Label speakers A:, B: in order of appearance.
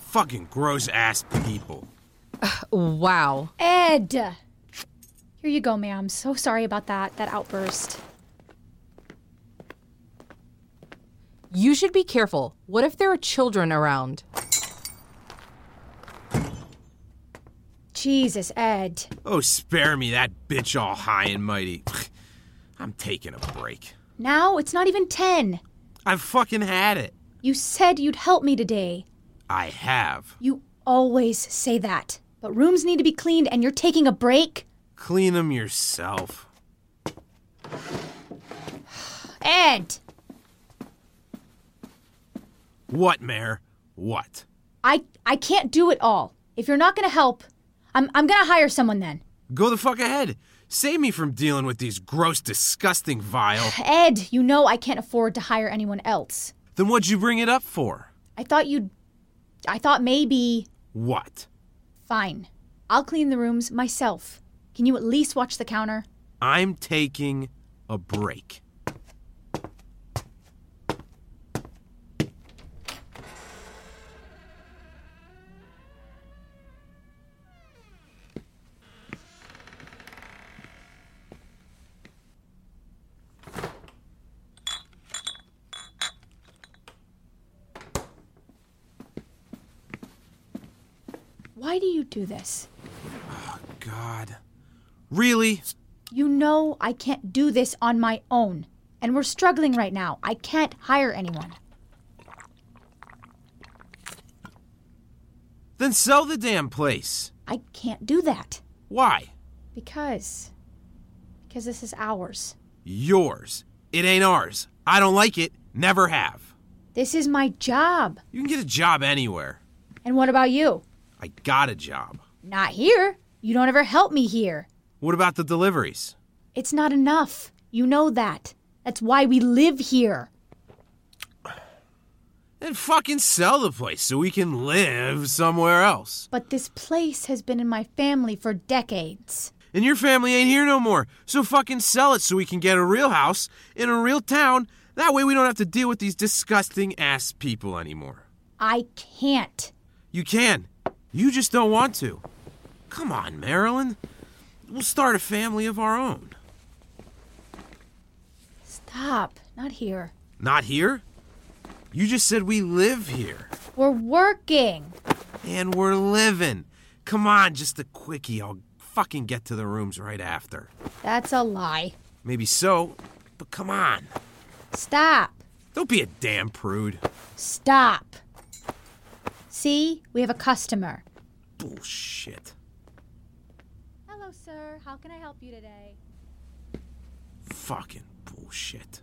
A: Fucking gross ass people.
B: Wow.
C: Ed! Here you go, ma'am. So sorry about that, that outburst.
B: You should be careful. What if there are children around?
C: Jesus, Ed.
A: Oh, spare me that bitch all high and mighty. I'm taking a break.
C: Now it's not even 10.
A: I've fucking had it.
C: You said you'd help me today.
A: I have.
C: You always say that. But rooms need to be cleaned and you're taking a break?
A: Clean them yourself.
C: Ed!
A: What, Mayor? What?
C: I, I can't do it all. If you're not gonna help, I'm, I'm gonna hire someone then.
A: Go the fuck ahead. Save me from dealing with these gross, disgusting vile.
C: Ed, you know I can't afford to hire anyone else.
A: Then what'd you bring it up for?
C: I thought you'd. I thought maybe.
A: What?
C: Fine. I'll clean the rooms myself. Can you at least watch the counter?
A: I'm taking a break.
C: Why do you do this?
A: God. Really?
C: You know I can't do this on my own. And we're struggling right now. I can't hire anyone.
A: Then sell the damn place.
C: I can't do that.
A: Why?
C: Because. Because this is ours.
A: Yours. It ain't ours. I don't like it. Never have.
C: This is my job.
A: You can get a job anywhere.
C: And what about you?
A: I got a job.
C: Not here. You don't ever help me here.
A: What about the deliveries?
C: It's not enough. You know that. That's why we live here.
A: Then fucking sell the place so we can live somewhere else.
C: But this place has been in my family for decades.
A: And your family ain't here no more, so fucking sell it so we can get a real house in a real town. That way we don't have to deal with these disgusting ass people anymore.
C: I can't.
A: You can. You just don't want to. Come on, Marilyn. We'll start a family of our own.
C: Stop. Not here.
A: Not here? You just said we live here.
C: We're working.
A: And we're living. Come on, just a quickie. I'll fucking get to the rooms right after.
C: That's a lie.
A: Maybe so, but come on.
C: Stop.
A: Don't be a damn prude.
C: Stop. See, we have a customer.
A: Bullshit.
C: Hello, sir. How can I help you today?
A: Fucking bullshit.